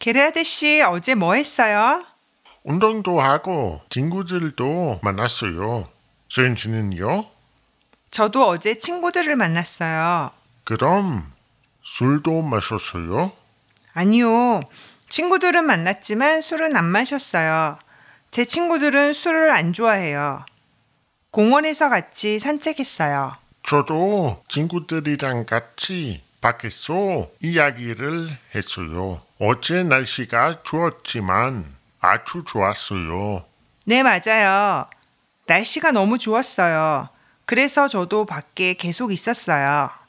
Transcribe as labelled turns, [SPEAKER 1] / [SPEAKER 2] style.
[SPEAKER 1] 게르하드 씨 어제 뭐 했어요?
[SPEAKER 2] 운동도 하고 친구들도 만났어요. 수현 씨는요?
[SPEAKER 1] 저도 어제 친구들을 만났어요.
[SPEAKER 2] 그럼 술도 마셨어요?
[SPEAKER 1] 아니요. 친구들은 만났지만 술은 안 마셨어요. 제 친구들은 술을 안 좋아해요. 공원에서 같이 산책했어요.
[SPEAKER 2] 저도 친구들이랑 같이 밖에서 이야기를 했어요. 어제 날씨가 추웠지만 아주 좋았어요.
[SPEAKER 1] 네, 맞아요. 날씨가 너무 좋았어요. 그래서 저도 밖에 계속 있었어요.